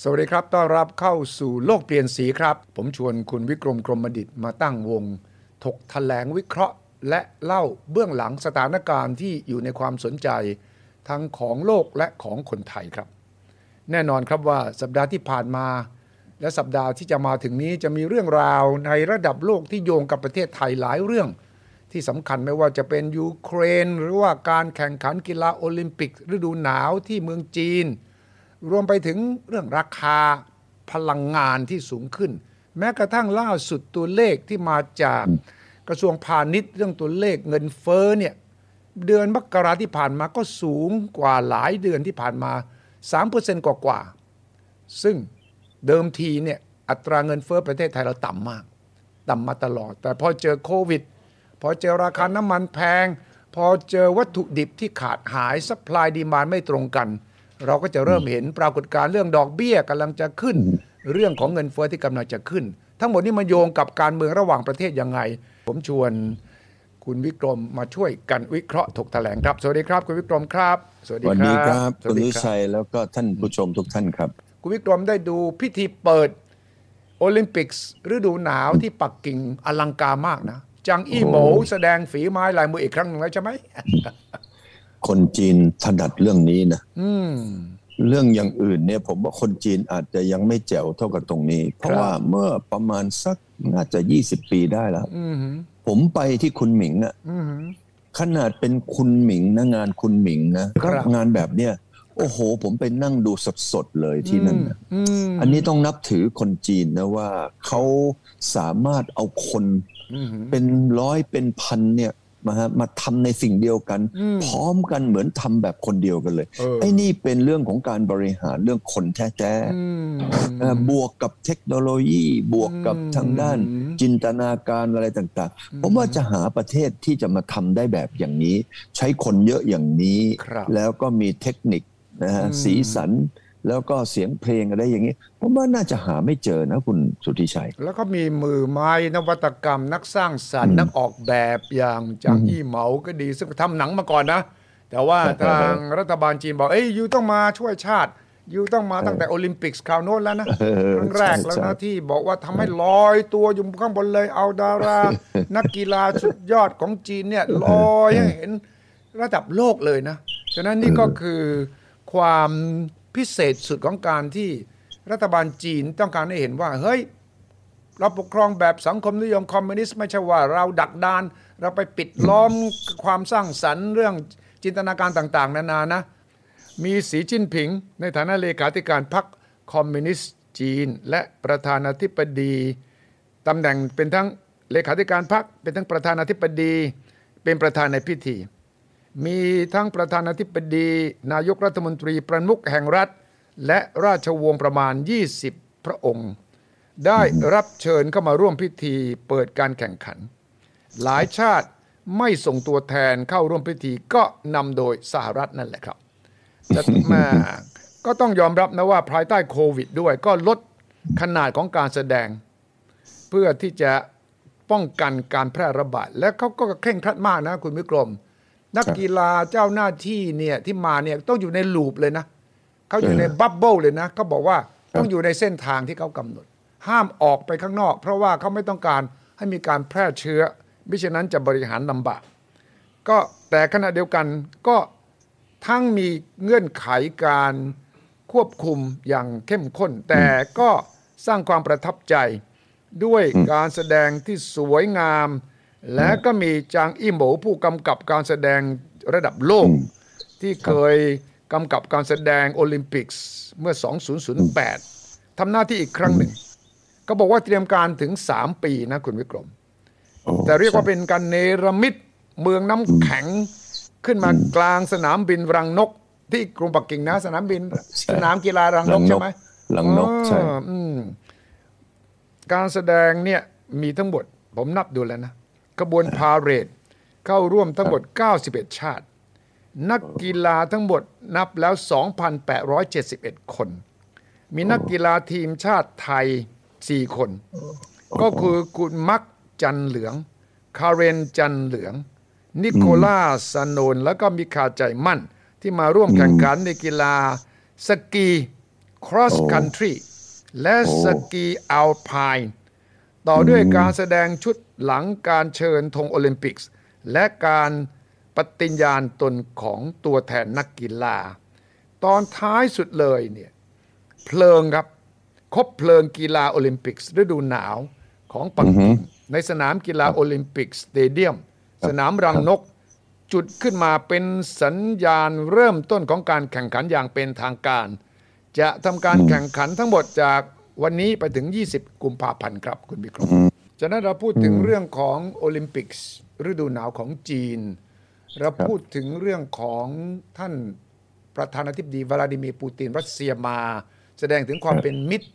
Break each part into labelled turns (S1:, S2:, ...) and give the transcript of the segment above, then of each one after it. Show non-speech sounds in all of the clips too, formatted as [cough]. S1: สวัสดีครับ ต้อนรับเข้าสู่โลกเปลี่ยนสีครับ ผมชวนคุณวิกรมกรมดิตมาตั้งวง ถกถแถลงวิเคราะห์ และเล่าเบื้องหลังสถานการณ์ที่อยู่ในความสนใจทั้งของโลกและของคนไทยครับ แน่นอนครับว่าสัปดาห์ที่ผ่านมา และสัปดาห์ที่จะมาถึงนี้จะมีเรื่องราวในระดับโลกที่โยงกับประเทศไทยหลายเรื่อง ที่สำคัญไม่ว่าจะเป็นยูเครน หรือว่าการแข่งขันกีฬาโอลิมปิก ฤดูหนาวที่เมืองจีน รวมไปถึงเรื่องราคาพลังงานที่สูงขึ้น แม้กระทั่งล่าสุดตัวเลขที่มาจากกระทรวงพาณิชย์เรื่องตัวเลขเงินเฟ้อเนี่ยเดือนมกราที่ผ่านมาก็สูงกว่าหลายเดือนที่ผ่านมา 3%กว่ากว่าๆซึ่งเดิมทีเนี่ยอัตราเงินเฟ้อประเทศไทยเราต่ำมาก ต่ำมาตลอด แต่พอเจอโควิด พอเจอราคาน้ำมันแพง พอเจอวัตถุดิบที่ขาดหายสป l y ดีมานไม่ตรงกัน เราก็จะเริ่มเห็นปรากฏการณ์เรื่องดอกเบี้ยกำลังจะขึ้น เรื่องของเงินเฟ้อที่กำลังจะขึ้น ทั้งหมดนี้มาโยงกับการเมืองระหว่างประเทศยังไง ผมชวนคุณวิกรมมาช่วยกันวิเคราะห์ถกแถลงครับ สวัสดีครับ คุณวิกรมครับ สวัส
S2: สวัส
S1: ดี
S2: ดี
S1: ค
S2: ค
S1: รั
S2: รั
S1: บบ ส
S2: คุ
S1: วั
S2: ณ
S1: สดี
S2: วิ
S1: ครับ
S2: ชัยแล้วก็ท่านผู้ชมทุกท่านครับ
S1: คุณวิกรมได้ดูพิธีเปิดโอลิมปิกส์ฤดูหนาวที่ปักกิ่งอลังการมากนะ จังอี้โหมแสดงฝีไม้ลายมืออีกครั้งหนึ่งแล้วใช่ไหม
S2: คนจีนถนัดเรื่องนี้นะ
S1: อืม
S2: เรื่องอย่างอื่นเนี่ยผมว่าคนจีนอาจจะยังไม่แจ๋วเท่ากับตรงนี้ เพ
S1: ค
S2: ราะ
S1: รับ
S2: ว่าเมื่อประมาณสักอาจจะ 20 ปีได้แล้ว
S1: อืม
S2: ผมไปที่คุณหมิงอะ
S1: อืม
S2: ขนาดเป็นคุณหมิงนะงานคุณหมิงนะครับ รับงานแบบเนี้ยโอ้โห ผมไปนั่งดูสดๆเลยที่นั่นนะ
S1: อืม
S2: อันนี้ต้องนับถือคนจีนนะว่าเขาสามารถเอาคน
S1: อืม
S2: เป็นร้อยเป็นพันเนี่ยมาฮะมาทำในสิ่งเดียวกัน
S1: อืม
S2: พร้อมกันเหมือนทำแบบคนเดียวกันเลย
S1: เออ
S2: ไอ้นี่เป็นเรื่องของการบริหารเรื่องคนแท้
S1: อืม
S2: ๆอ่าบวกกับเทคโนโลยีบวกกับทางด้าน
S1: อืม
S2: จินตนาการอะไรต่างๆ ผมว่าจะหาประเทศที่จะมาทำได้แบบอย่างนี้ ใช้คนเยอะอย่างนี้
S1: ครับ
S2: แล้วก็มีเทคนิคนะฮะ
S1: อืม
S2: สีสันแล้วก็เสียงเพลงอะไรอย่างนี้ผมว่าน่าจะหาไม่เจอนะคุณสุทธิชัย
S1: แล้วก็มีมือไม้นวัตกรรมนักสร้างสรรค์นักออกแบบอย่างจางอี้เหมาก็ดี ซึ่งทำหนังมาก่อนนะ แต่ว่า
S2: ครับ
S1: ทางรัฐบาลจีนบอกเอ้ยยูต้องมาช่วยชาติยูต้องมาตั้งแต่โอลิมปิกส์คราวโน้นแล้วนะ
S2: เออ
S1: ครั้งแรก
S2: ใช่
S1: แล้ว
S2: ใช่
S1: นะที่บอกว่าทำให้ลอยตัวอยู่ข้างบนเลยเอาดารา
S2: [laughs]
S1: นักกีฬาสุดยอดของจีนเนี่ยลอยให้เห็นระดับโลกเลยนะฉะนั้นนี่ก็คือความพิเศษสุดของการที่รัฐบาลจีนต้องการให้เห็นว่าเฮ้ย เราปกครองแบบสังคมนิยมคอมมิวนิสต์ไม่ใช่ว่าเราดักดาน เราไปปิดล้อมความสร้างสรรค์เรื่องจินตนาการต่างๆ นานานะ มีสีจิ้นผิง ในฐานะเลขาธิการพรรคคอมมิวนิสต์จีน และประธานาธิบดีตำแหน่งเป็นทั้งเลขาธิการพรรคเป็นทั้งประธานาธิบดี เป็นประธานในพิธี มีทั้งประธานาธิบดี นายกรัฐมนตรีประมุขแห่งรัฐ และราชวงศ์ประมาณ 20 พระองค์ ได้รับเชิญเข้ามาร่วมพิธีเปิดการแข่งขัน หลายชาติไม่ส่งตัวแทนเข้าร่วมพิธีก็นำโดยสหรัฐนั่นแหละครับ แต่มาก็ต้องยอมรับนะว่าภายใต้โควิดด้วยก็ลดขนาดของการแสดง เพื่อที่จะป้องกันการแพร่ระบาด และเขาก็เคร่งครัดมากนะคุณวิกรม นักกีฬาเจ้าหน้าที่เนี่ยที่มาเนี่ยต้องอยู่ในลูปเลยนะเขาอยู่ในบับเบิลเลยนะเขาบอกว่าต้องอยู่ในเส้นทางที่เขากำหนด ห้ามออกไปข้างนอก เพราะว่าเขาไม่ต้องการให้มีการแพร่เชื้อมิฉะนั้นจะบริหารลำบาก ก็แต่ขณะเดียวกันก็ทั้งมีเงื่อนไขการควบคุมอย่างเข้มข้น แต่ก็สร้างความประทับใจด้วยการแสดงที่สวยงาม และก็มีจางอี้หมูผู้กำกับการแสดงระดับโลก ที่เคยกำกับการแสดงโอลิมปิกส์เมื่อ 2008 ทำหน้าที่อีกครั้งหนึ่ง ก็บอกว่าเตรียมการถึง 3 ปีนะคุณวิกรม แต่เรียกว่าเป็นการเนรมิตเมืองน้ำแข็งขึ้นมากลางสนามบินรังนก ที่กรุงปักกิ่งนะสนามบิน
S2: ใช่
S1: สนามกีฬารังน
S2: ลั
S1: ก
S2: งน
S1: ใช่
S2: ก
S1: ไหม
S2: ลังนกใช่
S1: อ่าอืมการแสดงเนี่ยมีทั้งหมด ผมนับดูแล้วนะกระบวนพาเหรดเข้าร่วมทั้งหมด 91 ชาติ นักกีฬาทั้งหมดนับแล้ว 2,871 คน มีนักกีฬาทีมชาติไทย 4 คน ก็คือคุณมักจันเหลือง คาเรนจันเหลือง นิโคล่าสโนน แล้วก็มิคาใจมั่น ที่มาร่วมแข่งขันในกีฬาสกี cross country และสกีอัลพายต่อด้วยการแสดงชุดหลังการเชิญธงโอลิมปิกส์และการปฏิญญาณตนของตัวแทนนักกีฬา ตอนท้ายสุดเลยเนี่ยเพลิงครับ คบเพลิงกีฬาโอลิมปิกส์ฤดูหนาวของปักกิ่งในสนามกีฬาโอลิมปิกสเตเดียม สนามรังนก จุดขึ้นมาเป็นสัญญาณเริ่มต้นของการแข่งขันอย่างเป็นทางการ จะทำการแข่งขันทั้งหมดจากวันนี้ไปถึง 20 กุมภาพันธ์ครับ คุณบิกรมฉะนั้นเราพูดถึงเรื่องของโอลิมปิกส์ฤดูหนาวของจีน เราพูดถึงเรื่องของท่านประธานาธิบดีวลาดิเมียร์ปูตินรัสเซียมา แสดงถึงความเป็นมิตร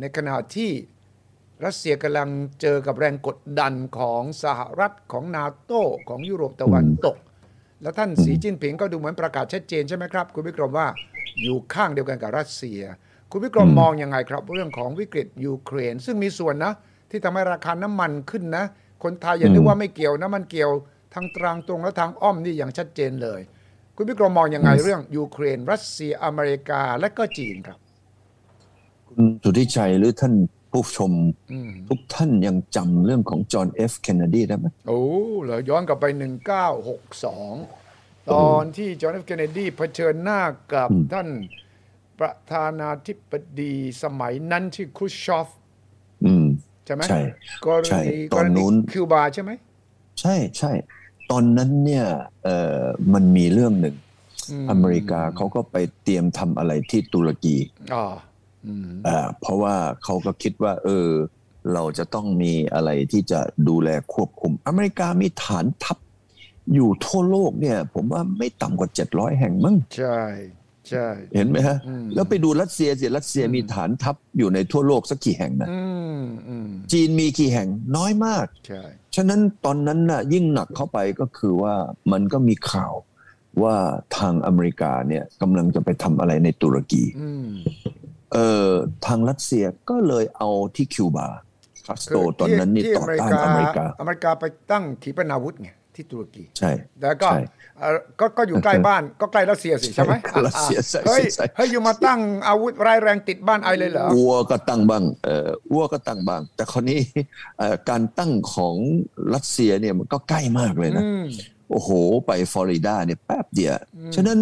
S1: ในขณะที่รัสเซียกำลังเจอกับแรงกดดันของสหรัฐของนาโต้ของยุโรปตะวันตก แล้วท่านสีจิ้นผิงก็ดูเหมือนประกาศชัดเจนใช่ไหมครับ คุณวิกรมว่าอยู่ข้างเดียวกันกับรัสเซีย คุณวิกรมมองยังไงครับ เรื่องของวิกฤตยูเครน ซึ่งมีส่วนนะ ที่ทำให้ราคาน้ำมันขึ้นนะ คนไทยอย่านึกว่าไม่เกี่ยวนะมันเกี่ยวทางตรางตรงและทางอ้อมนี่อย่างชัดเจนเลย คุณวิกรมมองยังไงเรื่องยูเครน รัสเซียอเมริกาและก็จีนครับ
S2: คุณสุทธิชัยหรือท่านผู้ชม
S1: อืม
S2: ทุกท่านยังจำเรื่องของจอห์นเอฟเคนเนดีได้ไหม
S1: โอ้เหรอย้อนกลับไป 1962 ตอนที่จอห์นเอฟเคนเนดีเผชิญหน้ากับท่านประธานาธิบดีสมัยนั้นชื่อครุชชอฟ
S2: อืม
S1: ใช่ไหม
S2: ใช่
S1: กร
S2: ใช่
S1: ณี
S2: ต
S1: ก
S2: อน
S1: ร
S2: นู้
S1: ณี
S2: น
S1: คิวบาใช่ไหม
S2: ใช่ใช่ตอนนั้นเนี่ยเอ่อมันมีเรื่องหนึ่ง อเมริกาเขาก็ไปเตรียมทำอะไรที่ตุรกี
S1: อ่าอืม
S2: อ่าเพราะว่าเขาก็คิดว่า เออ เราจะต้องมีอะไรที่จะดูแลควบคุม อเมริกามีฐานทัพอยู่ทั่วโลกเนี่ย ผมว่าไม่ต่ำกว่า 700 แห่งมั้ง
S1: ใช่ใช่
S2: เห็นไหมฮะ
S1: อืม
S2: แล้วไปดูรัสเซียสิรัสเซียมีฐานทัพอยู่ในทั่วโลกสักกี่แห่งนะ
S1: อืมอืม
S2: จีนมีกี่แห่งน้อยมาก
S1: ใช่
S2: ฉะนั้นตอนนั้นน่ะยิ่งหนักเข้าไปก็คือว่ามันก็มีข่าวว่าทางอเมริกาเนี่ยกำลังจะไปทำอะไรในตุรกี
S1: อืม
S2: เอ่อทางรัสเซียก็เลยเอาที่คิวบาคาสโตรตอนนั้นนี่
S1: ที่
S2: ต่อต้านอเมริกา
S1: อเมริกาไปตั้งขีปนาวุธไงที่ตุรกี
S2: ใช่
S1: แล้วก็
S2: ใช่
S1: เอ่อก็ก็อยู่ใกล้บ้าน ก็ใกล้รัสเซียสิใช่ไหม
S2: ใช่รัสเซียใช่
S1: เฮ้ย
S2: ใช่ใช่
S1: เฮ้ยอยู่มาตั้งอาวุธร้ายแรงติดบ้านไอเลยเหรอ
S2: วัวก็ตั้งบ้างเอ่อวัวก็ตั้งบ้าง แต่คราวนี้เอ่อการตั้งของรัสเซียเนี่ยมันก็ใกล้มากเลยนะ
S1: อืม
S2: โอ้โห ไปฟลอริดาเนี่ยแป๊บเดียว ฉะนั้น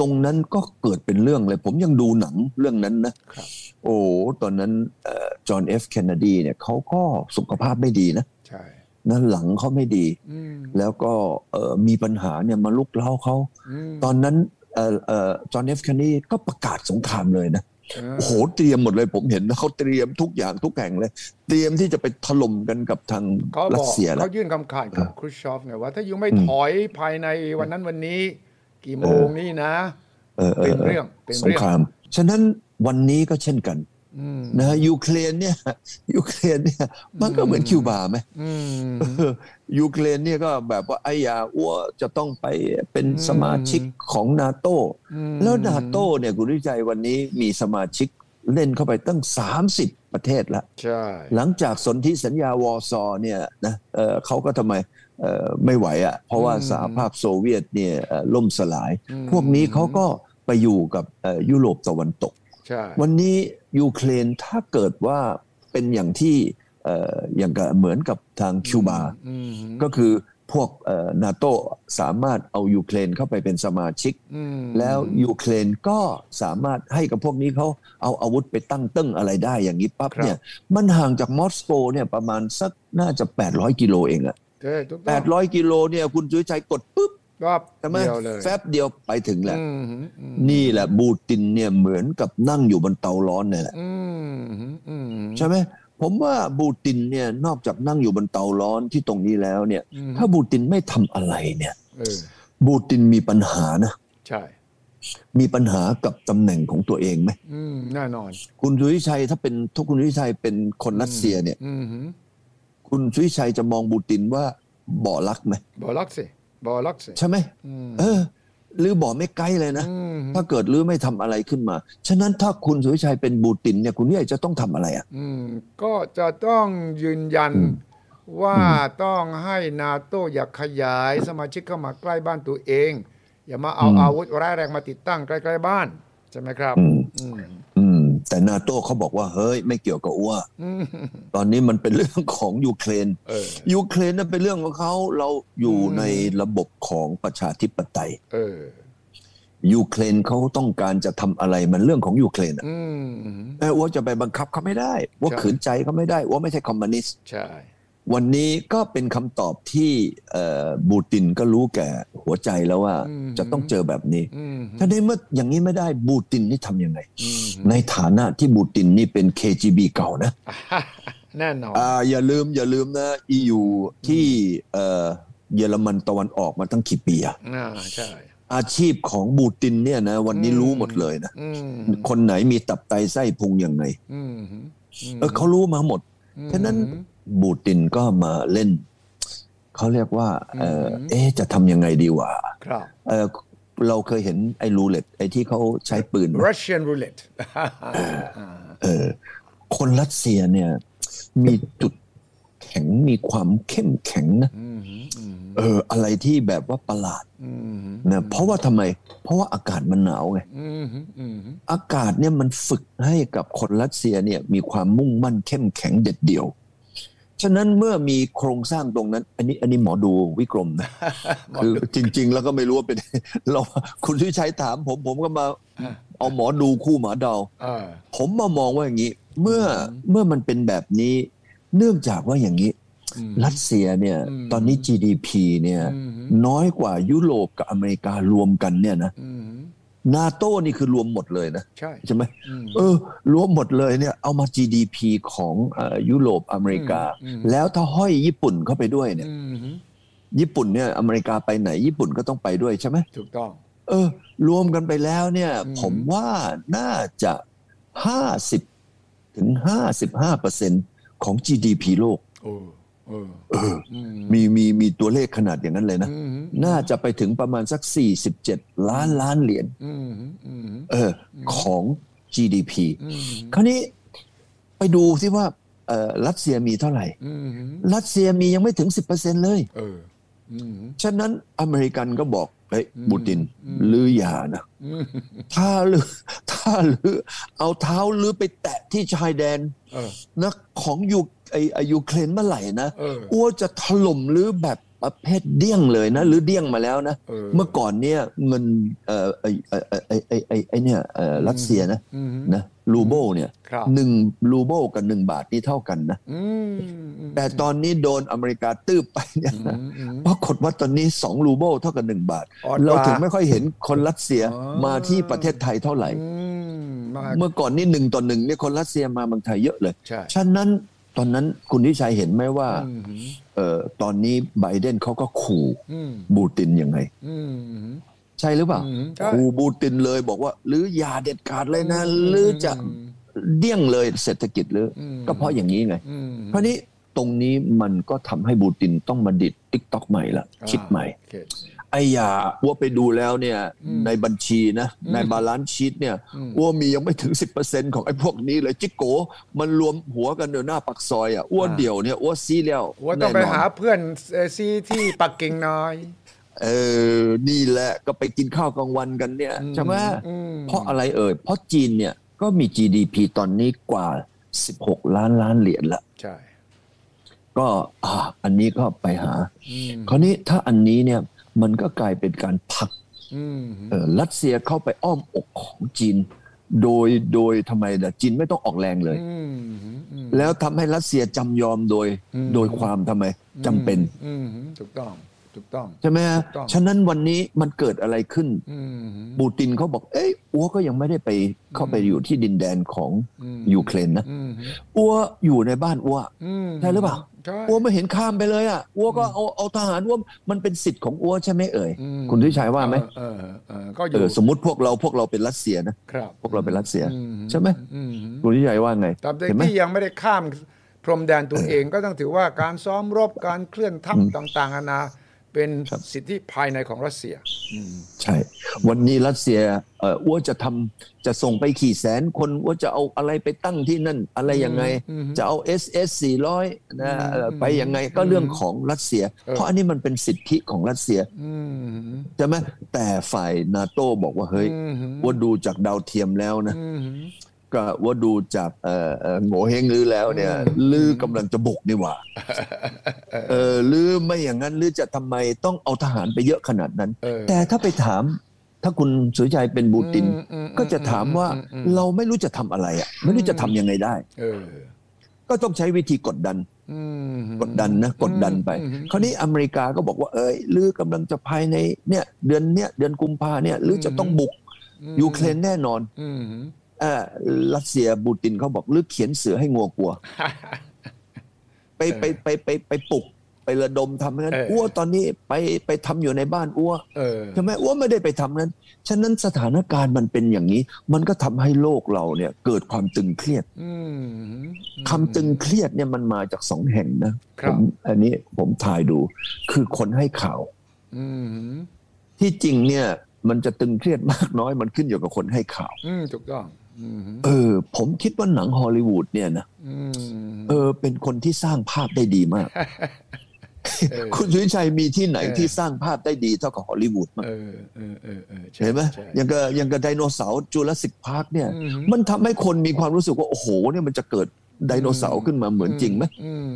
S2: ตรงนั้นก็เกิดเป็นเรื่องเลย ผมยังดูหนังเรื่องนั้นนะ
S1: ครับ
S2: โอ้โหตอนนั้นจอห์นเอฟเคนเนดีเนี่ยเขาก็สุขภาพไม่ดีนะ
S1: ใช่
S2: นะหลังเขาไม่ดี
S1: อืม
S2: แล้วก็เอ่อมีปัญหาเนี่ยมาลุกเล้าเขา
S1: อืม
S2: ตอนนั้นจอห์นเอฟเคนเนดีก็ประกาศสงครามเลยนะ
S1: เออ
S2: โอ้โห เตรียมหมดเลยผมเห็นนะเขาเตรียมทุกอย่างทุกแห่งเลย เตรียมที่จะไปถล่มกันกับทาง
S1: เขาบ
S2: รั
S1: อ
S2: ส
S1: ก
S2: เซียแล้
S1: เขา
S2: ว
S1: ยื่นคำขาดกับครุชชอฟไงว่า ถ้าอยู่ไม่ถอยภายในวันนั้นวันนี้ กี่โมงนี่นะ
S2: เออเออ
S1: เป็น
S2: เออ
S1: เรื่องเป็น
S2: สง
S1: เรื่อง
S2: คราม ฉะนั้นวันนี้ก็เช่นกัน
S1: อืม
S2: นะฮะยูเครนเนี่ย [laughs] ยูเครนเนี่ยมันก็เหมือนคิวบาไหม [laughs]
S1: อืม
S2: เออยูเครนเนี่ยก็แบบว่าไอ้ยาอ้วจะต้องไปเป็นสมาชิกของนาโต
S1: อืม
S2: แล้วนาโตเนี่ยคุณวิจัยวันนี้มีสมาชิกเล่นเข้าไปตั้ง 30 ประเทศละ
S1: ใช่
S2: หลังจากสนธิสัญญาวอร์ซอว์เนี่ยนะเอ่อเขาก็ทำไมเอ่อไม่ไหวอะ่ะเพราะว่าสหภาพโซเวียตเนี่ยเอ่อล่มสลาย พวกนี้เขาก็ไปอยู่กับเอ่อยุโรปตะวันตก
S1: ใช่
S2: วันนี้ยูเครนถ้าเกิดว่าเป็นอย่างที่เอ่ออย่างกับเหมือนกับทางคิวบา
S1: อืม
S2: ก็คือพวกนาโตสามารถเอายูเครนเข้าไปเป็นสมาชิก
S1: อืม
S2: แล้วยูเครนก็สามารถให้กับพวกนี้เขาเอาอาวุธไปตั้งเตึ้งอะไรได้อย่างนี้ปั๊บเนี่ยมันห่างจากมอสโกเนี่ยประมาณสักน่าจะ 800 กิโลเองอะ
S1: ใช่ถูกต้อง
S2: 800 กิโลเนี่ยคุณจุ้ยชัยกดปุ๊บ
S1: รอบ
S2: ใช่ไหม
S1: เดียวเลย
S2: แฟบเดียวไปถึงแหละ
S1: อืมอืม
S2: นี่แหละบูตินเนี่ยเหมือนกับนั่งอยู่บนเตาร้อนเนี่ยแหละ
S1: อืมอืม
S2: ใช่ไหมผมว่าบูตินเนี่ยนอกจากนั่งอยู่บนเตาร้อนที่ตรงนี้แล้วเนี่ย
S1: อืม
S2: ถ้าบูตินไม่ทำอะไรเนี่ย
S1: เออ
S2: บูตินมีปัญหานะ
S1: ใช่
S2: มีปัญหากับตำแหน่งของตัวเองไหม
S1: อืมแน่นอน
S2: คุณสุวิชัยถ้าเป็นถ้าคุณสุวิชัยเป็นคนรัสเซียเนี่ย
S1: อืมหืม
S2: คุณสุวิชัยจะมองบูตินว่าบ่อรักไหม
S1: บอลักสิบอลักสิ
S2: ใช่ไหม
S1: อืม
S2: เออหรือบ่อไม่ไกลเลยนะ
S1: อืม
S2: ถ้าเกิดหรือไม่ทำอะไรขึ้นมา ฉะนั้นถ้าคุณสุวิชัยเป็นบูตินเนี่ยคุณสุวิชัยจะต้องทำอะไรอ่ะ
S1: อืมก็จะต้องยืนยันว่าต้องให้นาโต้อย่าขยายสมาชิกเข้ามาใกล้บ้านตัวเอง อย่ามาเอาอาวุธร้ายแรงมาติดตั้งใกล้ๆบ้าน ใช่ไหมครับ
S2: อืม
S1: อืม
S2: อืม แต่นาโต้เขาบอกว่าเฮ้ยไม่เกี่ยวกับอ้วตอนนี้มันเป็นเรื่องของยูเครน
S1: เออ
S2: ยูเครนนั่นเป็นเรื่องของเขาเราอยู่ในระบบของประชาธิปไตย
S1: เออ
S2: ยูเครนเขาต้องการจะทำอะไรมันเรื่องของยูเครนอะ
S1: อืมอืม
S2: แต่อ้วจะไปบังคับเขาไม่ได้อ้ว่า
S1: ใช่
S2: ขืนใจเขาไม่ได้อ้ว่าไม่ใช่คอมมิวนิสต์
S1: ใช่
S2: วันนี้ก็เป็นคำตอบที่เอ่อบูตินก็รู้แก่หัวใจแล้วว่าจะต้องเจอแบบนี้
S1: อืม
S2: ถ้าได้เมื่ออย่างนี้ไม่ได้บูตินนี่ทำยังไง
S1: อืม
S2: ในฐานะที่บูตินนี่เป็น KGB เก่านะ
S1: อ่ะแน่นอน
S2: อ่าอย่าลืมอย่าลืมนะ EU ที่เอ่อเยอรมันตะวันออกมาตั้งกี่ปีอะ
S1: อ่าใช่
S2: อาชีพของบูตินเนี่ยนะวันนี้
S1: อืม
S2: รู้หมดเลยนะ
S1: อืม
S2: คนไหนมีตับไตไส้พุงยังไง
S1: อืมอืม
S2: เออเขารู้มาหมด
S1: อืม
S2: ฉะนั้นบูตินก็มาเล่น เขาเรียกว่า เออ
S1: อืม
S2: เอ๊ะจะทำยังไงดีวะ
S1: ครับ
S2: เออเราเคยเห็นไอ้รูเล็ตไอ้ที่เขาใช้ปืน
S1: Russian roulette อ่า
S2: เออคนรัสเซียเนี่ย มีจุดแข็งมีความเข้มแข็งนะ
S1: อืมอืม
S2: เออ อะไรที่แบบว่าประหลาด
S1: อืม
S2: นะเพราะว่าทำไม เพราะว่าอากาศมันหนาวไง
S1: อืมอืม
S2: อากาศเนี่ยมันฝึกให้กับคนรัสเซียเนี่ย มีความมุ่งมั่นเข้มแข็งเด็ดเดี่ยว ฉะนั้นเมื่อมีโครงสร้างตรงนั้น อันนี้อันนี้หมอดูวิกรมนะ [laughs] คือจริง ๆ แล้วก็ไม่รู้ว่าเป็น [laughs] เราคุณที่ใช้ถามผมผมก็มาเอาหมอดูคู่หมาเดา
S1: อ่า
S2: ผมมามองว่าอย่างนี้ เมื่อ
S1: อืม
S2: เมื่อมันเป็นแบบนี้ เนื่องจากว่าอย่างนี้
S1: อืม
S2: รัสเซียเนี่ย
S1: อืม
S2: ตอนนี้ GDP เนี่ย
S1: อืม
S2: น้อยกว่ายุโรปกับอเมริการวมกันเนี่ยนะ
S1: อืม
S2: นาโต้นี่คือรวมหมดเลยนะ
S1: ใช่
S2: ใช่ไหม
S1: ม
S2: เออ รวมหมดเลยเนี่ย เอามา GDP ของเอ่อยุโรปอเมริกา
S1: อืม
S2: แล้วถ้าห้อยญี่ปุ่นเข้าไปด้วยเนี่ย
S1: อืม
S2: ญี่ปุ่นเนี่ยอเมริกาไปไหนญี่ปุ่นก็ต้องไปด้วยใช่ไหม
S1: ถูกต้อง
S2: เออรวมกันไปแล้วเนี่ย
S1: อืม
S2: ผมว่าน่าจะ 50 ถึง 55เปอร์เซ็นของ GDP โลก
S1: โอ้เออ
S2: เออ
S1: อืม
S2: มีมีมีตัวเลขขนาดอย่างนั้นเลยนะ
S1: อืม
S2: น่าจะไปถึงประมาณสัก 47 ล้านล้านเหรียญ
S1: อืมอืม
S2: เอออของ GDP
S1: อืม
S2: คราวนี้ไปดูสิว่าเอ่อรัสเซียมีเท่าไหร่
S1: อืม
S2: รัสเซียมียังไม่ถึง 10%เลย
S1: เอออืม
S2: ฉะนั้นอเมริกันก็บอกเฮ้ย
S1: อืม
S2: บูติน
S1: อืม
S2: ลืออย่านะ
S1: อืม
S2: ถ้าลือ [laughs] ถ้าลือเอาเท้าลือไปแตะที่ชายแดน
S1: เออ
S2: นะของยูไอไอยูเครนเมื่อไหร่นะ
S1: เออ
S2: อ้วจะถล่มลือแบบประเภทเดี้ยงเลยนะหรือเดี้ยงมาแล้วนะ
S1: เออ
S2: อก่อนเนี่ยเงินเอ่อไอไอไอไอไอ้ไอเนี่ยเอ่อรัสเซียนะ
S1: อืม
S2: นะรูเบิลเนี่ย
S1: ครับ
S2: หนึ่งรูเบิลกับหนึ่งบาทนี่เท่ากันนะ
S1: อืมอืม
S2: แต่ตอนนี้โดนอเมริกาตื้บไปเนี่ย
S1: อื
S2: นะ
S1: มอืม
S2: ปรากฏว่าตอนนี้สองรูเบิลเท่ากับหนึ่งบาท
S1: อ่อน
S2: เรา
S1: กว่า
S2: ถึงไม่ค่อยเห็นคนรัสเซียมาที่ประเทศไทยเท่าไหร่
S1: อืมมาก
S2: เมื่อก่อนนี่หนึ่งต่อหนึ่งเนี่ยคนรัสเซียมาเมืองไทยเยอะเลย
S1: ใช่
S2: ฉะนั้นตอนนั้นคุณทิชัยเห็นไหมว่า
S1: อืม
S2: เออตอนนี้ไบเดนเขาก็ขู่
S1: อืม
S2: บูตินยังไง
S1: อืม
S2: ใช่หรือเปล่า
S1: อืมใช่
S2: ขู่บูตินเลยบอกว่าหรืออย่าเด็ดขาดเลยนะหรือจะเดี่ยงเลยเศรษฐกิจหรืออก็เพราะอย่างนี้ไง
S1: อืม
S2: เพราะนี้ตรงนี้มันก็ทำให้บูตินต้องมาดิดติ๊กต็อกใหม่ละ
S1: อ่า
S2: คิดใหม่
S1: โอเค
S2: ไอ้ยาอ้ว่าไปดูแล้วเนี่ย
S1: อืม
S2: ในบัญชีนะในบาลานซ์ชีตเนี่ย
S1: อืม
S2: อ้ว่ามียังไม่ถึง 10%ของไอ้พวกนี้เลยจิกโก มันรวมหัวกันอยู่หน้าปักซอยอ่ะอ้วนเดี่ยวเนี่ยอ้วนซีแล้ว
S1: ว่าต้องไป
S2: แน่นน
S1: หาเพื่อนเออซีที่ปักกิ่งหน้อย
S2: เออนี่แหละก็ไปกินข้าวกลางวันกันเนี่ย
S1: อืม
S2: ใช่ไหม
S1: อืม
S2: เพราะอะไรเอ่ย เพราะจีนเนี่ยก็มี GDP ตอนนี้กว่า 16 ล้านล้านเหรียญละ
S1: ใช่
S2: ก็อ่าอันนี้ก็ไปหา
S1: อืม
S2: คราวนี้ถ้าอันนี้เนี่ยมันก็กลายเป็นการผลัก
S1: อืม
S2: เอ่อรัสเซียเข้าไปอ้อมอกของจีน โดยโดยทำไมล่ะจีนไม่ต้องออกแรงเลย
S1: อืมอืม
S2: แล้วทำให้รัสเซียจำยอมโดย
S1: อืม
S2: โดยความทำไมจำเป็น
S1: อืมถูกต้องถูกต้อง
S2: ใช่ไหมฮะ
S1: ถูกต้อง
S2: ฉะนั้นวันนี้มันเกิดอะไรขึ้น
S1: อืม
S2: ปูตินเขาบอก เอ้ยอัวก็ยังไม่ได้ไปเข้าไปอยู่ที่ดินแดนของ
S1: อืม
S2: ยูเครนนะ
S1: อืม
S2: อัวอยู่ในบ้านอัว
S1: อืม
S2: ใช่หรือเปล่า
S1: ใช่
S2: อัวไม่เห็นข้ามไปเลยอ่ะอัวก็เอาเอาทหารอัวมันเป็นสิทธิ์ของอัวใช่ไหมเอ่ย
S1: อืม
S2: คุณทิชัยว่าไหม
S1: เออเออเออก็อ
S2: เอยู่ อสมมติพวกเราพวกเราเป็นรัสเซียนะครับ พวกเราเป็นรัสเซีย
S1: อื
S2: ใช่ไหม
S1: อืม
S2: คุณทิชัยว่าไง
S1: ตราบใด
S2: เห็นไหม
S1: ที่ยังไม่ได้ข้ามพรมแดนตัวเองก็ต้องถือว่าการซ้อมรบการเคลื่อนทัพต่างๆนานาเป็นสิทธิภายในของรัสเซีย
S2: ใช่ วันนี้รัสเซียเอ่ออ้วจะทำจะส่งไปขี่แสนคนอ้วจะเอาอะไรไปตั้งที่นั่นอะไรยังไง จะเอา s s 400นะเอ่อไปยังไงก็เรื่องของรัสเซีย เพราะอันนี้มันเป็นสิทธิของรัสเซีย
S1: อืม
S2: ใช่ไหมแต่ฝ่ายนาโต้บอกว่าเฮ้ย
S1: อืม
S2: อ้ว่าดูจากดาวเทียมแล้วนะ
S1: อืม
S2: ก็ว่าดูจากเอ่อเอ่อโง่เฮงลือแล้วเนี่ยลือกำลังจะบุกนี่
S1: [laughs]
S2: หว่าเออลือไม่อย่างนั้นลือจะทำไมต้องเอาทหารไปเยอะขนาดนั้น
S1: เออ
S2: แต่ถ้าไปถาม ถ้าคุณสุริชัยเป็นบูติน
S1: อืมอืม
S2: ก็จะถามว่า
S1: อืมอืม
S2: เราไม่รู้จะทำอะไรอ่ะไม่รู้จะทำยังไงได้
S1: เออ
S2: ก็ต้องใช้วิธีกดดัน
S1: อืม
S2: กดดันนะกดดันไป
S1: อืม
S2: คราวนี้อเมริกาก็บอกว่าเอ้ยลือกำลังจะภายในเนี่ยเดือนเนี่ยเดือนกุมภาเนี่ยลือจะต้องบุก
S1: อืม
S2: ยูเครนแน่นอน
S1: อืม [laughs]
S2: เอ่อรัสเซียบูตินเขาบอกลือเขียนเสือให้งัวกลัว ไปไปไปไปไปปลุกไประดมทำให้นั้นอ้วตอนนี้ไปไปทำอยู่ในบ้านอ้ว
S1: เออ
S2: ใช่ไหมอ้วไม่ได้ไปทำนั้น ฉะนั้นสถานการณ์มันเป็นอย่างนี้ มันก็ทำให้โลกเราเนี่ยเกิดความตึงเครียด
S1: อืม
S2: คำตึงเครียดเนี่ยมันมาจากสองแห่งนะครับ ผมอันนี้ผมถ่ายดู คือคนให้ข่าว
S1: อืม
S2: ที่จริงเนี่ยมันจะตึงเครียดมากน้อยมันขึ้นอยู่กับคนให้ข่าว
S1: อืมถูกต้อง อืม
S2: เออ ผมคิดว่าหนังฮอลลีวูดเนี่ยนะ
S1: อืม
S2: เออ เป็นคนที่สร้างภาพได้ดีมาก
S1: เออ
S2: คุณสุวิชัยมีที่ไหน
S1: เออ
S2: ที่สร้างภาพได้ดีเท่ากับฮอลลีวูดมั้ง
S1: เออเออเออเออใช่
S2: เห็นไหม
S1: ใช่
S2: ยังกับยังกับไดโนเสาร์จูราสสิกพาร์คเนี่ย
S1: อือหือ
S2: มันทำให้คนมีความรู้สึกว่าโอ้โหเนี่ยมันจะเกิดไดโนเสาร์ขึ้นมาเหมือนจริงไหม
S1: อืม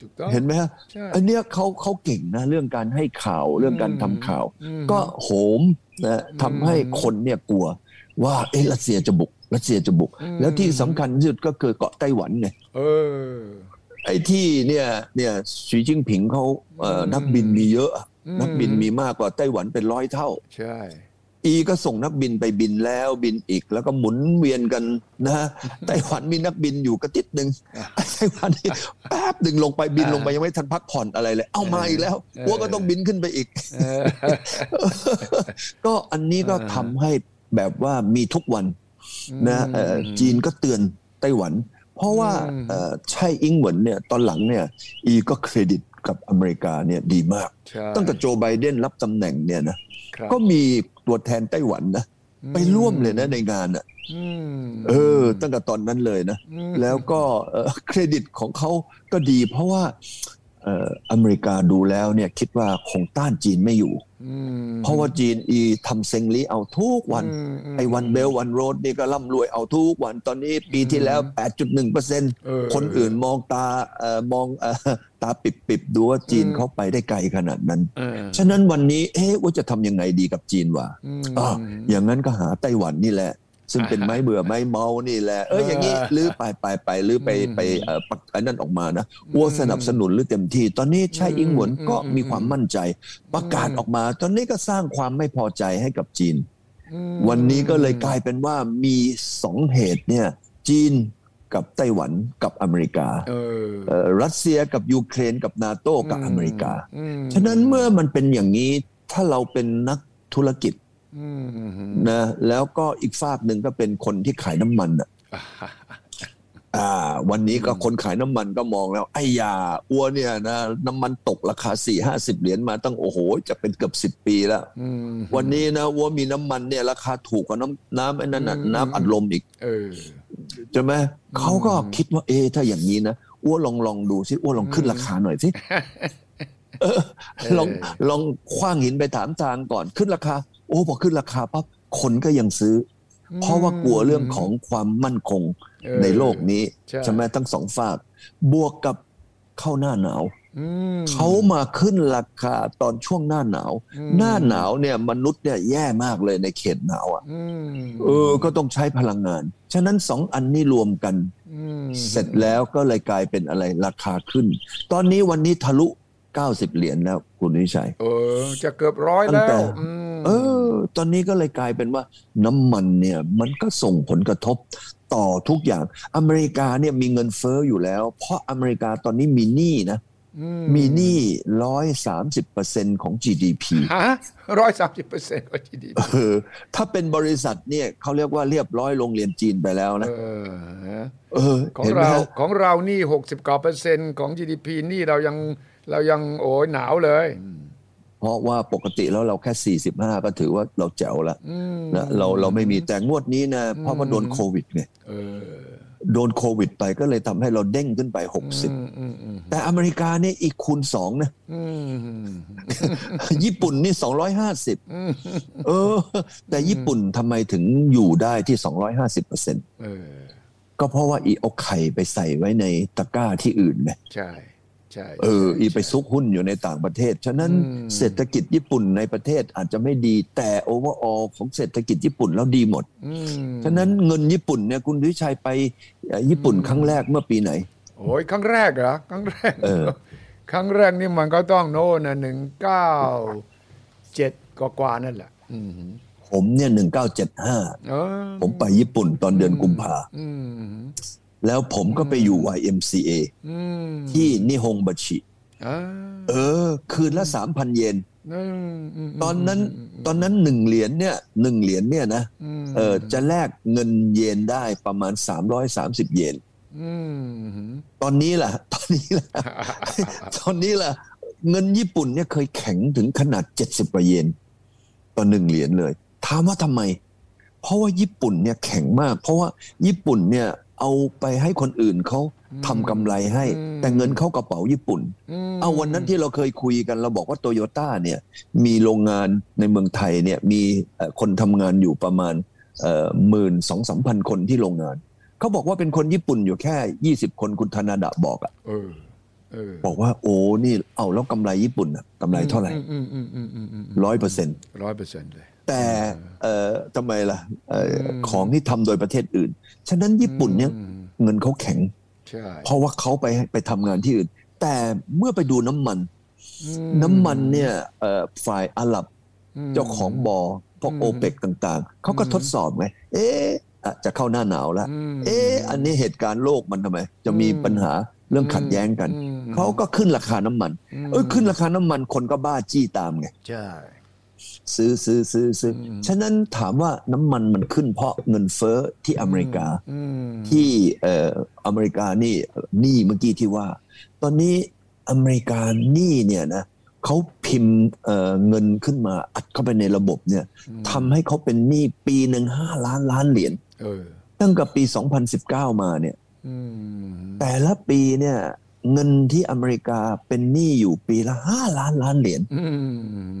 S1: ถูกต้อง
S2: เห็นไหมฮะ
S1: ใช่
S2: อันเนี้ยเขาเขาเก่งนะเรื่องการให้ข่าวเรื่องการทำข่าว
S1: อืม
S2: ก็โหมนะทำให้คนเนี่ยกลัว ว่าเอะรัสเซียจะบุกรัสเซียจะบุก
S1: อืม
S2: แล้วที่สำคัญที่สุดก็คือเกาะไต้หวันไง
S1: เออ
S2: ไอ้ที่เนี่ยเนี่ยสีจิ้งผิงเขาเอ่ออ
S1: ม
S2: นักบินมีเยอะอะ
S1: อืม
S2: นักบินมีมากกว่าไต้หวันเป็นร้อยเท่า
S1: ใช่
S2: อีก็ส่งนักบินไปบินแล้วบินอีกแล้วก็หมุนเวียนกันนะ
S1: [laughs]
S2: ฮะ ไต้หวันมีนักบินอยู่กระติดหนึ่ง [laughs] ไต้หวันนี่แป๊บหนึ่งลงไปบินลงไปยังไม่ทันพักผ่อนอะไรเลย เอ้ามาอีกแล้ว
S1: เออ
S2: พวกก็ต้องบินขึ้นไปอีก
S1: เออ
S2: ก็อันนี้ก็
S1: เออ
S2: ทำให้แบบว่ามีทุกวันนะเอ่อ
S1: ม
S2: จีนก็เตือนไต้หวัน เพราะว่า
S1: อืม
S2: เอ่อใช่อิงเหวินเนี่ยตอนหลังเนี่ยอีก็เครดิตกับอเมริกาเนี่ยดีมาก
S1: ใช่
S2: ตั้งแต่โจไบเดนรับตำแหน่งเนี่ยนะครับ ก็มีตัวแทนไต้หวันนะไปร่วมเลยนะในงานอ่ะ
S1: อืม
S2: เออตั้งแต่ตอนนั้นเลยนะ
S1: อืม
S2: แล้วก็เอ่อ [laughs] เครดิตของเขาก็ดี เพราะว่าเอ่ออเมริกาดูแล้วเนี่ยคิดว่าคงต้านจีนไม่อยู่
S1: ม
S2: เพราะว่าจีนอีทำเซงลีเอาทุกวัน
S1: อืมอืม
S2: ไอ้วันเบลวันโรดนี่ก็ร่ำรวยเอาทุกวันตอนนี้ปีที่แล้ว
S1: เออ
S2: 8.1%คนอื่นมองตาเอ่อมองเอ่ [laughs] อตาปิบๆ ดูว่าจีนเขาไปได้ไกลขนาดนั้น
S1: เออ
S2: ฉะนั้นวันนี้เอ๊ะว่าจะทำยังไงดีกับจีนวะ
S1: อืม
S2: อ่ะอย่างนั้นก็หาไต้หวันนี่แหละ ซึ่งเป็นไม้
S1: [laughs]
S2: เบื่อไม้เมานี่แหละ เอออย่างนี้
S1: เออ
S2: ลื้อไปไปไปลื้อไป
S1: อืม
S2: ไปเอ่อปักอันนั้นออกมานะอ้วสนับสนุนหรือเต็มที่ ตอนนี้ใช่อิงหวน
S1: อืม
S2: ก็
S1: อืม
S2: มีความมั่นใจ ประกาศออกมา ตอนนี้ก็สร้างความไม่พอใจให้กับจีน
S1: อืม
S2: วันนี้ก็เลยกลายเป็นว่ามีสองเหตุเนี่ยจีนกับไต้หวันกับอเมริกา
S1: เออ
S2: เอ่อรัสเซียกับยูเครนกับนาโต้กับอเมริกา
S1: อืม
S2: ฉะนั้นเมื่อมันเป็นอย่างนี้ถ้าเราเป็นนักธุรกิจ
S1: อืมอืม
S2: นะแล้วก็อีกฝากหนึ่งก็เป็นคนที่ขายน้ำมันอ่ะอ่า วันนี้ก็คนขายน้ำมันก็มองแล้วไอ้ยาอ้วนเนี่ยนะน้ำมันตกราคา4ี่ห้าสิบเหรียญมาตั้งโอ้โห จะเป็นเกือบสิบปีแล้ว
S1: อืม
S2: วันนี้นะอ้วนมีน้ำมันเนี่ยราคาถูกกว่าน้ำน้ำไอ้นั่นน่ะ
S1: อืม
S2: น้ำอัดลมอีก
S1: เออ
S2: ใช่ไหมเขาก็คิดว่าเอะถ้าอย่างนี้นะอ้วนลองลองดูสิอ้วนลองขึ้นราคาหน่อย
S1: [laughs]
S2: สิ
S1: เออ
S2: ลองลองคว้างหินไปถามทางก่อนขึ้นราคา โอ้พอขึ้นราคาปั๊บคนก็ยังซื้ออเพราะว่ากลัวเรื่องของความมั่นคง
S1: เออ
S2: ในโลกนี้
S1: ใช่
S2: ใช่ไหมทั้งสองฝากบวกกับเข้าหน้าหนาว
S1: อืม
S2: เขามาขึ้นราคาตอนช่วงหน้าหนาว
S1: อืม
S2: หน้าหนาวเนี่ยมนุษย์เนี่ยแย่มากเลยในเขตหนาวอ่ะ
S1: อืม
S2: เออก็ต้องใช้พลังงาน ฉะนั้นสองอันนี้รวมกัน
S1: ม
S2: เสร็จแล้วก็เลยกลายเป็นอะไรราคาขึ้น ตอนนี้วันนี้ทะลุ 90 เหรียญแล้วคุณวิชัย
S1: เออ จะเกือบร้อย
S2: ตั้
S1: แล้
S2: งแต่
S1: วอืม
S2: เออ ตอนนี้ก็เลยกลายเป็นว่าน้ำมันเนี่ยมันก็ส่งผลกระทบต่อทุกอย่าง อเมริกาเนี่ยมีเงินเฟ้ออยู่แล้ว เพราะอเมริกาตอนนี้มีหนี้นะ มีหนี้ร้อยสามสิบเปอร์เซ็นของ GDP
S1: ฮะร้อยสามสิบเปอร์เซ็นต์ก็ดี
S2: เออถ้าเป็นบริษัทเนี่ยเขาเรียกว่าเรียบร้อยโรงเรียนจีนไปแล้ว
S1: เอ
S2: นะ
S1: อฮะ
S2: เออ
S1: ของ
S2: เห็นไหม
S1: เรา
S2: ฮะ
S1: ของเรานี่หกสิบกว่าเปอร์เซ็นต์ของ GDP นี่เรายังเรายังโอ้ยหนาวเลย
S2: เพราะว่าปกติแล้วเราแค่ 45 ก็ถือว่าเราแจ๋วละ
S1: อืม
S2: นะเราเราไม่มีแต่งวดนี้นะเพราะว่าโดนโควิดไง
S1: เออ
S2: โดนโควิดไปก็เลยทำให้เราเด้งขึ้นไป
S1: อืมอืมอืม
S2: 60 แต่อเมริกาเนี่ยอีกคูณสอง
S1: [laughs]
S2: นะ
S1: อืม
S2: ญี่ปุ่นนี่
S1: [laughs]
S2: 250 เออ แต่ญี่ปุ่นทำไมถึงอยู่ได้ที่ 250เปอร์เซ็นต์
S1: เออ
S2: ก็เพราะว่าอีเอาไข่ไปใส่ไว้ในตะกร้าที่อื่นไง
S1: ใช่ใช่
S2: เออ
S1: ใช่
S2: อีไปซุกหุ้นอยู่ในต่างประเทศ ฉะนั้น
S1: อืม
S2: เศรษฐกิจญี่ปุ่นในประเทศอาจจะไม่ดีแต่โอเวอร์ออของเศรษฐกิจญี่ปุ่นแล้วดีหมด
S1: อืม
S2: ฉะนั้นเงินญี่ปุ่นเนี่ยคุณวิชัยไปเอ่อญี่ปุ่นครั้งแรกเมื่อปีไหน
S1: โอ้ยครั้งแรกเหรอครั้งแรก
S2: เออ
S1: ครั้งแรกนี่มันก็ต้องโน่นนะหนึ่งเก้าเจ็ดกว่าๆนั่นแหละ อืม
S2: ผมเนี่ยหนึ่งเก้าเจ็ดห้า
S1: เออ
S2: ผมไปญี่ปุ่นตอนเดือนกุมภา
S1: อืม
S2: แล้วผมก็ไปอยู่ YMCA
S1: อืม
S2: ที่นิฮงบัชิ
S1: อ่า
S2: เออ คืนละสามพันเยน
S1: อืมมม
S2: ตอนนั้นตอนนั้นหนึ่งเหรียญเนี่ยหนึ่งเหรียญเนี่ยนะ
S1: ม
S2: เออจะแลกเงินเยนได้ประมาณ 330 เยน
S1: อืม
S2: ตอนนี้ล่ะ [laughs] ตอนนี้
S1: [laughs]
S2: ล่ะ ตอนนี้ล่ะ เงินญี่ปุ่นเนี่ยเคยแข็งถึงขนาด 70กว่าเยนต่อหนึ่งเหรียญเลย ถามว่าทำไม เพราะว่าญี่ปุ่นเนี่ยแข็งมาก เพราะว่าญี่ปุ่นเนี่ยเอาไปให้คนอื่นเขาทำกำไรให้
S1: อืม
S2: แต่เงินเข้ากระเป๋าญี่ปุ่น
S1: ม
S2: เอาวันนั้นที่เราเคยคุยกันเราบอกว่าโตโยต้าเนี่ยมีโรงงานในเมืองไทยเนี่ยมีเอ่อคนทำงานอยู่ประมาณหมื่นสองสามพันคนที่โรงงาน เขาบอกว่าเป็นคนญี่ปุ่นอยู่แค่ 20 คนคุณธนาดะบอกอะ
S1: เออเออ
S2: บอกว่าโอ้นี่เอาแล้วกำไรญี่ปุ่นอะกำไรเท่าไหร่
S1: อืมอืมอืมอืมอืม
S2: ร้อยเปอร์เซ็นต์
S1: ร้อยเปอร์เซ็นต์เลย
S2: แต่เอ่อทำไมล่ะเอ่ออ
S1: ม
S2: ของที่ทำโดยประเทศอื่น ฉะนั้นญี่ปุ่นเนี่ย
S1: อืม
S2: เงินเขาแข็ง
S1: ใช่
S2: เพราะว่าเขาไปไปทำงานที่อื่น แต่เมื่อไปดูน้ำมัน
S1: อื
S2: น้ำมันเนี่ยเอ่อฝ่ายอาหรับ
S1: อืม
S2: เจ้าของบอพวก
S1: อืม
S2: โอเปกต่างๆ เขาก็
S1: อืม
S2: ทดสอบไง เอ๊ะอ่ะจะเข้าหน้าหนาวแล้ว
S1: ม
S2: เอ๊ะ อันนี้เหตุการณ์โลกมันทำไม จะมี
S1: อืม
S2: ปัญหาเรื่องขัดแย้งกัน
S1: อืม
S2: เขาก็ขึ้นราคาน้ำมัน
S1: ม
S2: เออขึ้นราคาน้ำมันคนก็บ้าจี้ตามไง
S1: ใช่
S2: ซื้อซื้อซื้อซื้อ
S1: อืม
S2: ฉะนั้นถามว่าน้ำมันมันขึ้นเพราะเงินเฟ้อที่อเมริกา
S1: อืม
S2: ที่เอ่ออเมริกานี่หนี้เมื่อกี้ที่ว่า ตอนนี้อเมริกาหนี้เนี่ยนะเขาพิมพ์เอ่อเงินขึ้นมาอัดเข้าไปในระบบเนี่ยทำให้เขาเป็นหนี้ปีหนึ่งห้าล้านล้านเหรียญ
S1: เออ
S2: ตั้งแต่ปี 2019 มาเนี่ย
S1: อืม
S2: แต่ละปีเนี่ยเงินที่อเมริกาเป็นหนี้อยู่ปีละ 5 ล้านล้านเหรียญ
S1: อืม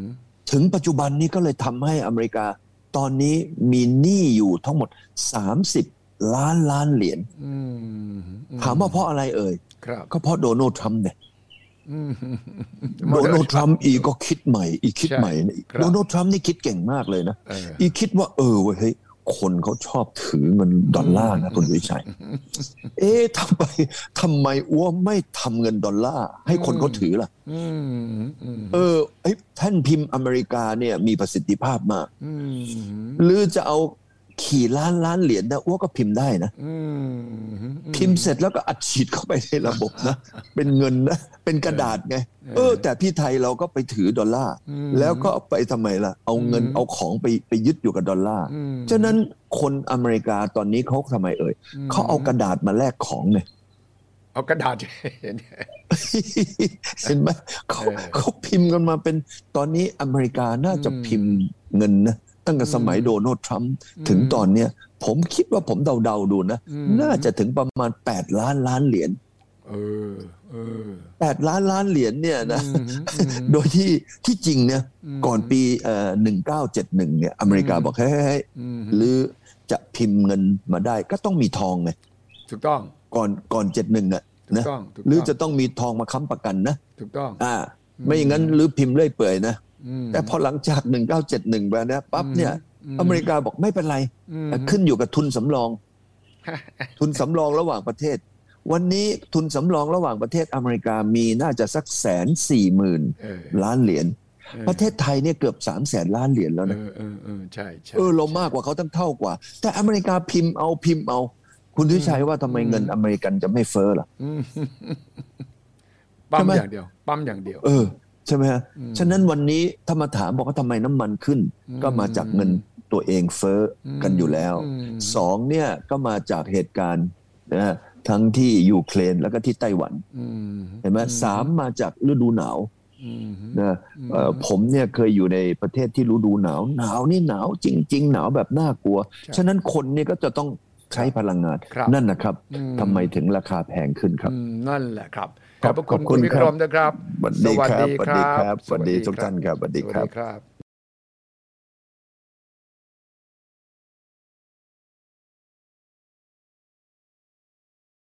S2: ถึงปัจจุบันนี้ก็เลยทำให้อเมริกาตอนนี้มีหนี้อยู่ทั้งหมด 30 ล้านล้านเหรียญ
S1: อืม
S2: ถามว่าเพราะอะไรเอ่ย
S1: ครับ
S2: ก็เพราะโดนัลด์ทรัมป์เนี่ย
S1: อืม
S2: โดนัลด์ทรัมป์อีกก็คิดใหม่ อีกคิด
S1: ใช่
S2: ใหม่เนี่ย
S1: ครับ
S2: โดนัลด์ทรัมป์นี่คิดเก่งมากเลยนะ
S1: เออ
S2: อีกคิดว่าเออเว้ยเฮ้ยคนเขาชอบถือเงินดอลลาร์ [laughs] นะคุณวิชัย เอ๊ะทำไมทำไมอ้วไม่ทำเงินดอลลาร์ให้คนเขาถือล่ะ
S1: อืมอืม
S2: เออไอ้ยแท่านพิมพ์อเมริกาเนี่ยมีประสิทธิภาพมาก
S1: อืม
S2: หรือจะเอาขี่ล้านล้านเหรียญนะอ้วก็พิมพ์ได้นะ
S1: อืม
S2: พิมพ์เสร็จแล้วก็อัดฉีดเข้าไปในระบบนะ [laughs] เป็นเงินนะ เป็นกระดาษไง เออ แต่พี่ไทยเราก็ไปถือดอลลาร์
S1: อืม
S2: แล้วก็ไปทำไมล่ะ เอาเงิน
S1: อืม
S2: เอาของไปไปยึดอยู่กับดอลลาร์
S1: อืม
S2: ฉะนั้นคนอเมริกาตอนนี้เขาทำไมเอ่ย
S1: อืม
S2: เขาเอากระดาษมาแลกของเนี่ย [laughs]
S1: เอากระดาษ [laughs] เห็น
S2: เห็นไหมเขา
S1: เออ
S2: เขาพิมพ์กันมาเป็นตอนนี้อเมริกาน่าจะ
S1: อืม
S2: พิมพ์เงินนะ ตั้งแต่สมัยโดนัลด์ทรัมป์ถึงตอนเนี้ยผมคิดว่าผมเดาๆดูนะ
S1: อืม
S2: น่าจะถึงประมาณ 8 ล้านล้านเหรียญ
S1: เออเออ
S2: แปดล้านล้านเหรียญเนี่ยนะ
S1: อืมอืม
S2: โดยที่ที่จริงเนี่ย
S1: อืม
S2: ก่อนปีหนึ่งเก้าเจ็ดหนึ่งเนี่ยอเมริกาบอกเฮ้ยเฮ้ยเฮ้ย
S1: อืม
S2: หรือจะพิมพ์เงินมาได้ก็ต้องมีทองไง
S1: ถูกต้อง
S2: ก่อนก่อนเจ็ดหนึ่งอะ
S1: ถูก
S2: นะ
S1: ต้องถูกต้อง
S2: หรือจะต้องมีทองมาค้ำประกันนะ
S1: ถูกต้อง
S2: อ่าไม่อย่างนั้นหรือพิมพ์เรื่อยเปื่อยนะ
S1: อืม
S2: แต่พอหลังจาก 1971ไปนะปั๊บเนี่ย
S1: อืม
S2: อเมริกาบอกไม่เป็นไร
S1: อืม
S2: ขึ้นอยู่กับทุนสำร
S1: [laughs]
S2: อง ทุนสำรองระหว่างประเทศ วันนี้ทุนสำรองระหว่างประเทศอเมริกามีน่าจะสักแสนสี่หมื่น
S1: เออ
S2: ล้านเหรียญ
S1: เออ
S2: ประเทศไทยเนี่ยเกือบ3ามแสนล้านเหรียญแล้ว
S1: เอ
S2: นะ
S1: อเออเออใช่ใช่
S2: เออเรามากกว่าเขาตั้งเท่ากว่า แต่อเมริกาพิมพ์เอาพิมพ์เอา คุณทิชัยว่าทำไมเงินอเมริกันจะไม่เฟ้อล่ะ
S1: ปั๊ม
S2: ใช่ไหม
S1: อย่างเดียว ปั๊มอย่างเดียว
S2: เออใช่ไหมฮะฉะนั้นวันนี้ถ้ามาถามบอกว่าทำไมน้ำมันขึ้น ก็มาจากเงินตัวเองเฟ้อกันอยู่แล้ว
S1: อืม
S2: สองเนี่ยก็มาจากเหตุการณ์นะฮะทั้งที่ยูเครนแล้วก็ที่ไต้หวัน
S1: อืม
S2: เห็นไหมสามมาจากฤดูหนาว
S1: อืม
S2: นะเอ่อผมเนี่ยเคยอยู่ในประเทศที่ฤดูหนาว หนาวนี่หนาวจริง ๆ หนาวแบบน่ากลัว ฉะนั้นคนเนี่ยก็จะต้อง ใช้พลังงาน
S1: ครับ
S2: นั่นนะครับ
S1: อืม
S2: ทำไมถึงราคาแพงขึ้นครับ
S1: อืมนั่นแหละครับ
S2: ขอบ
S1: พระคุณ
S2: ขอบคุ
S1: คุณ
S2: ณ
S1: วิ
S2: ค
S1: ก
S2: รับ
S1: รมนะครับ
S2: สวัสดีครับสวัสดีครับสวัสดี
S1: สวัส
S2: ทุกท่านครับสวัสดี
S1: สวัส
S2: ครับ
S1: ครับ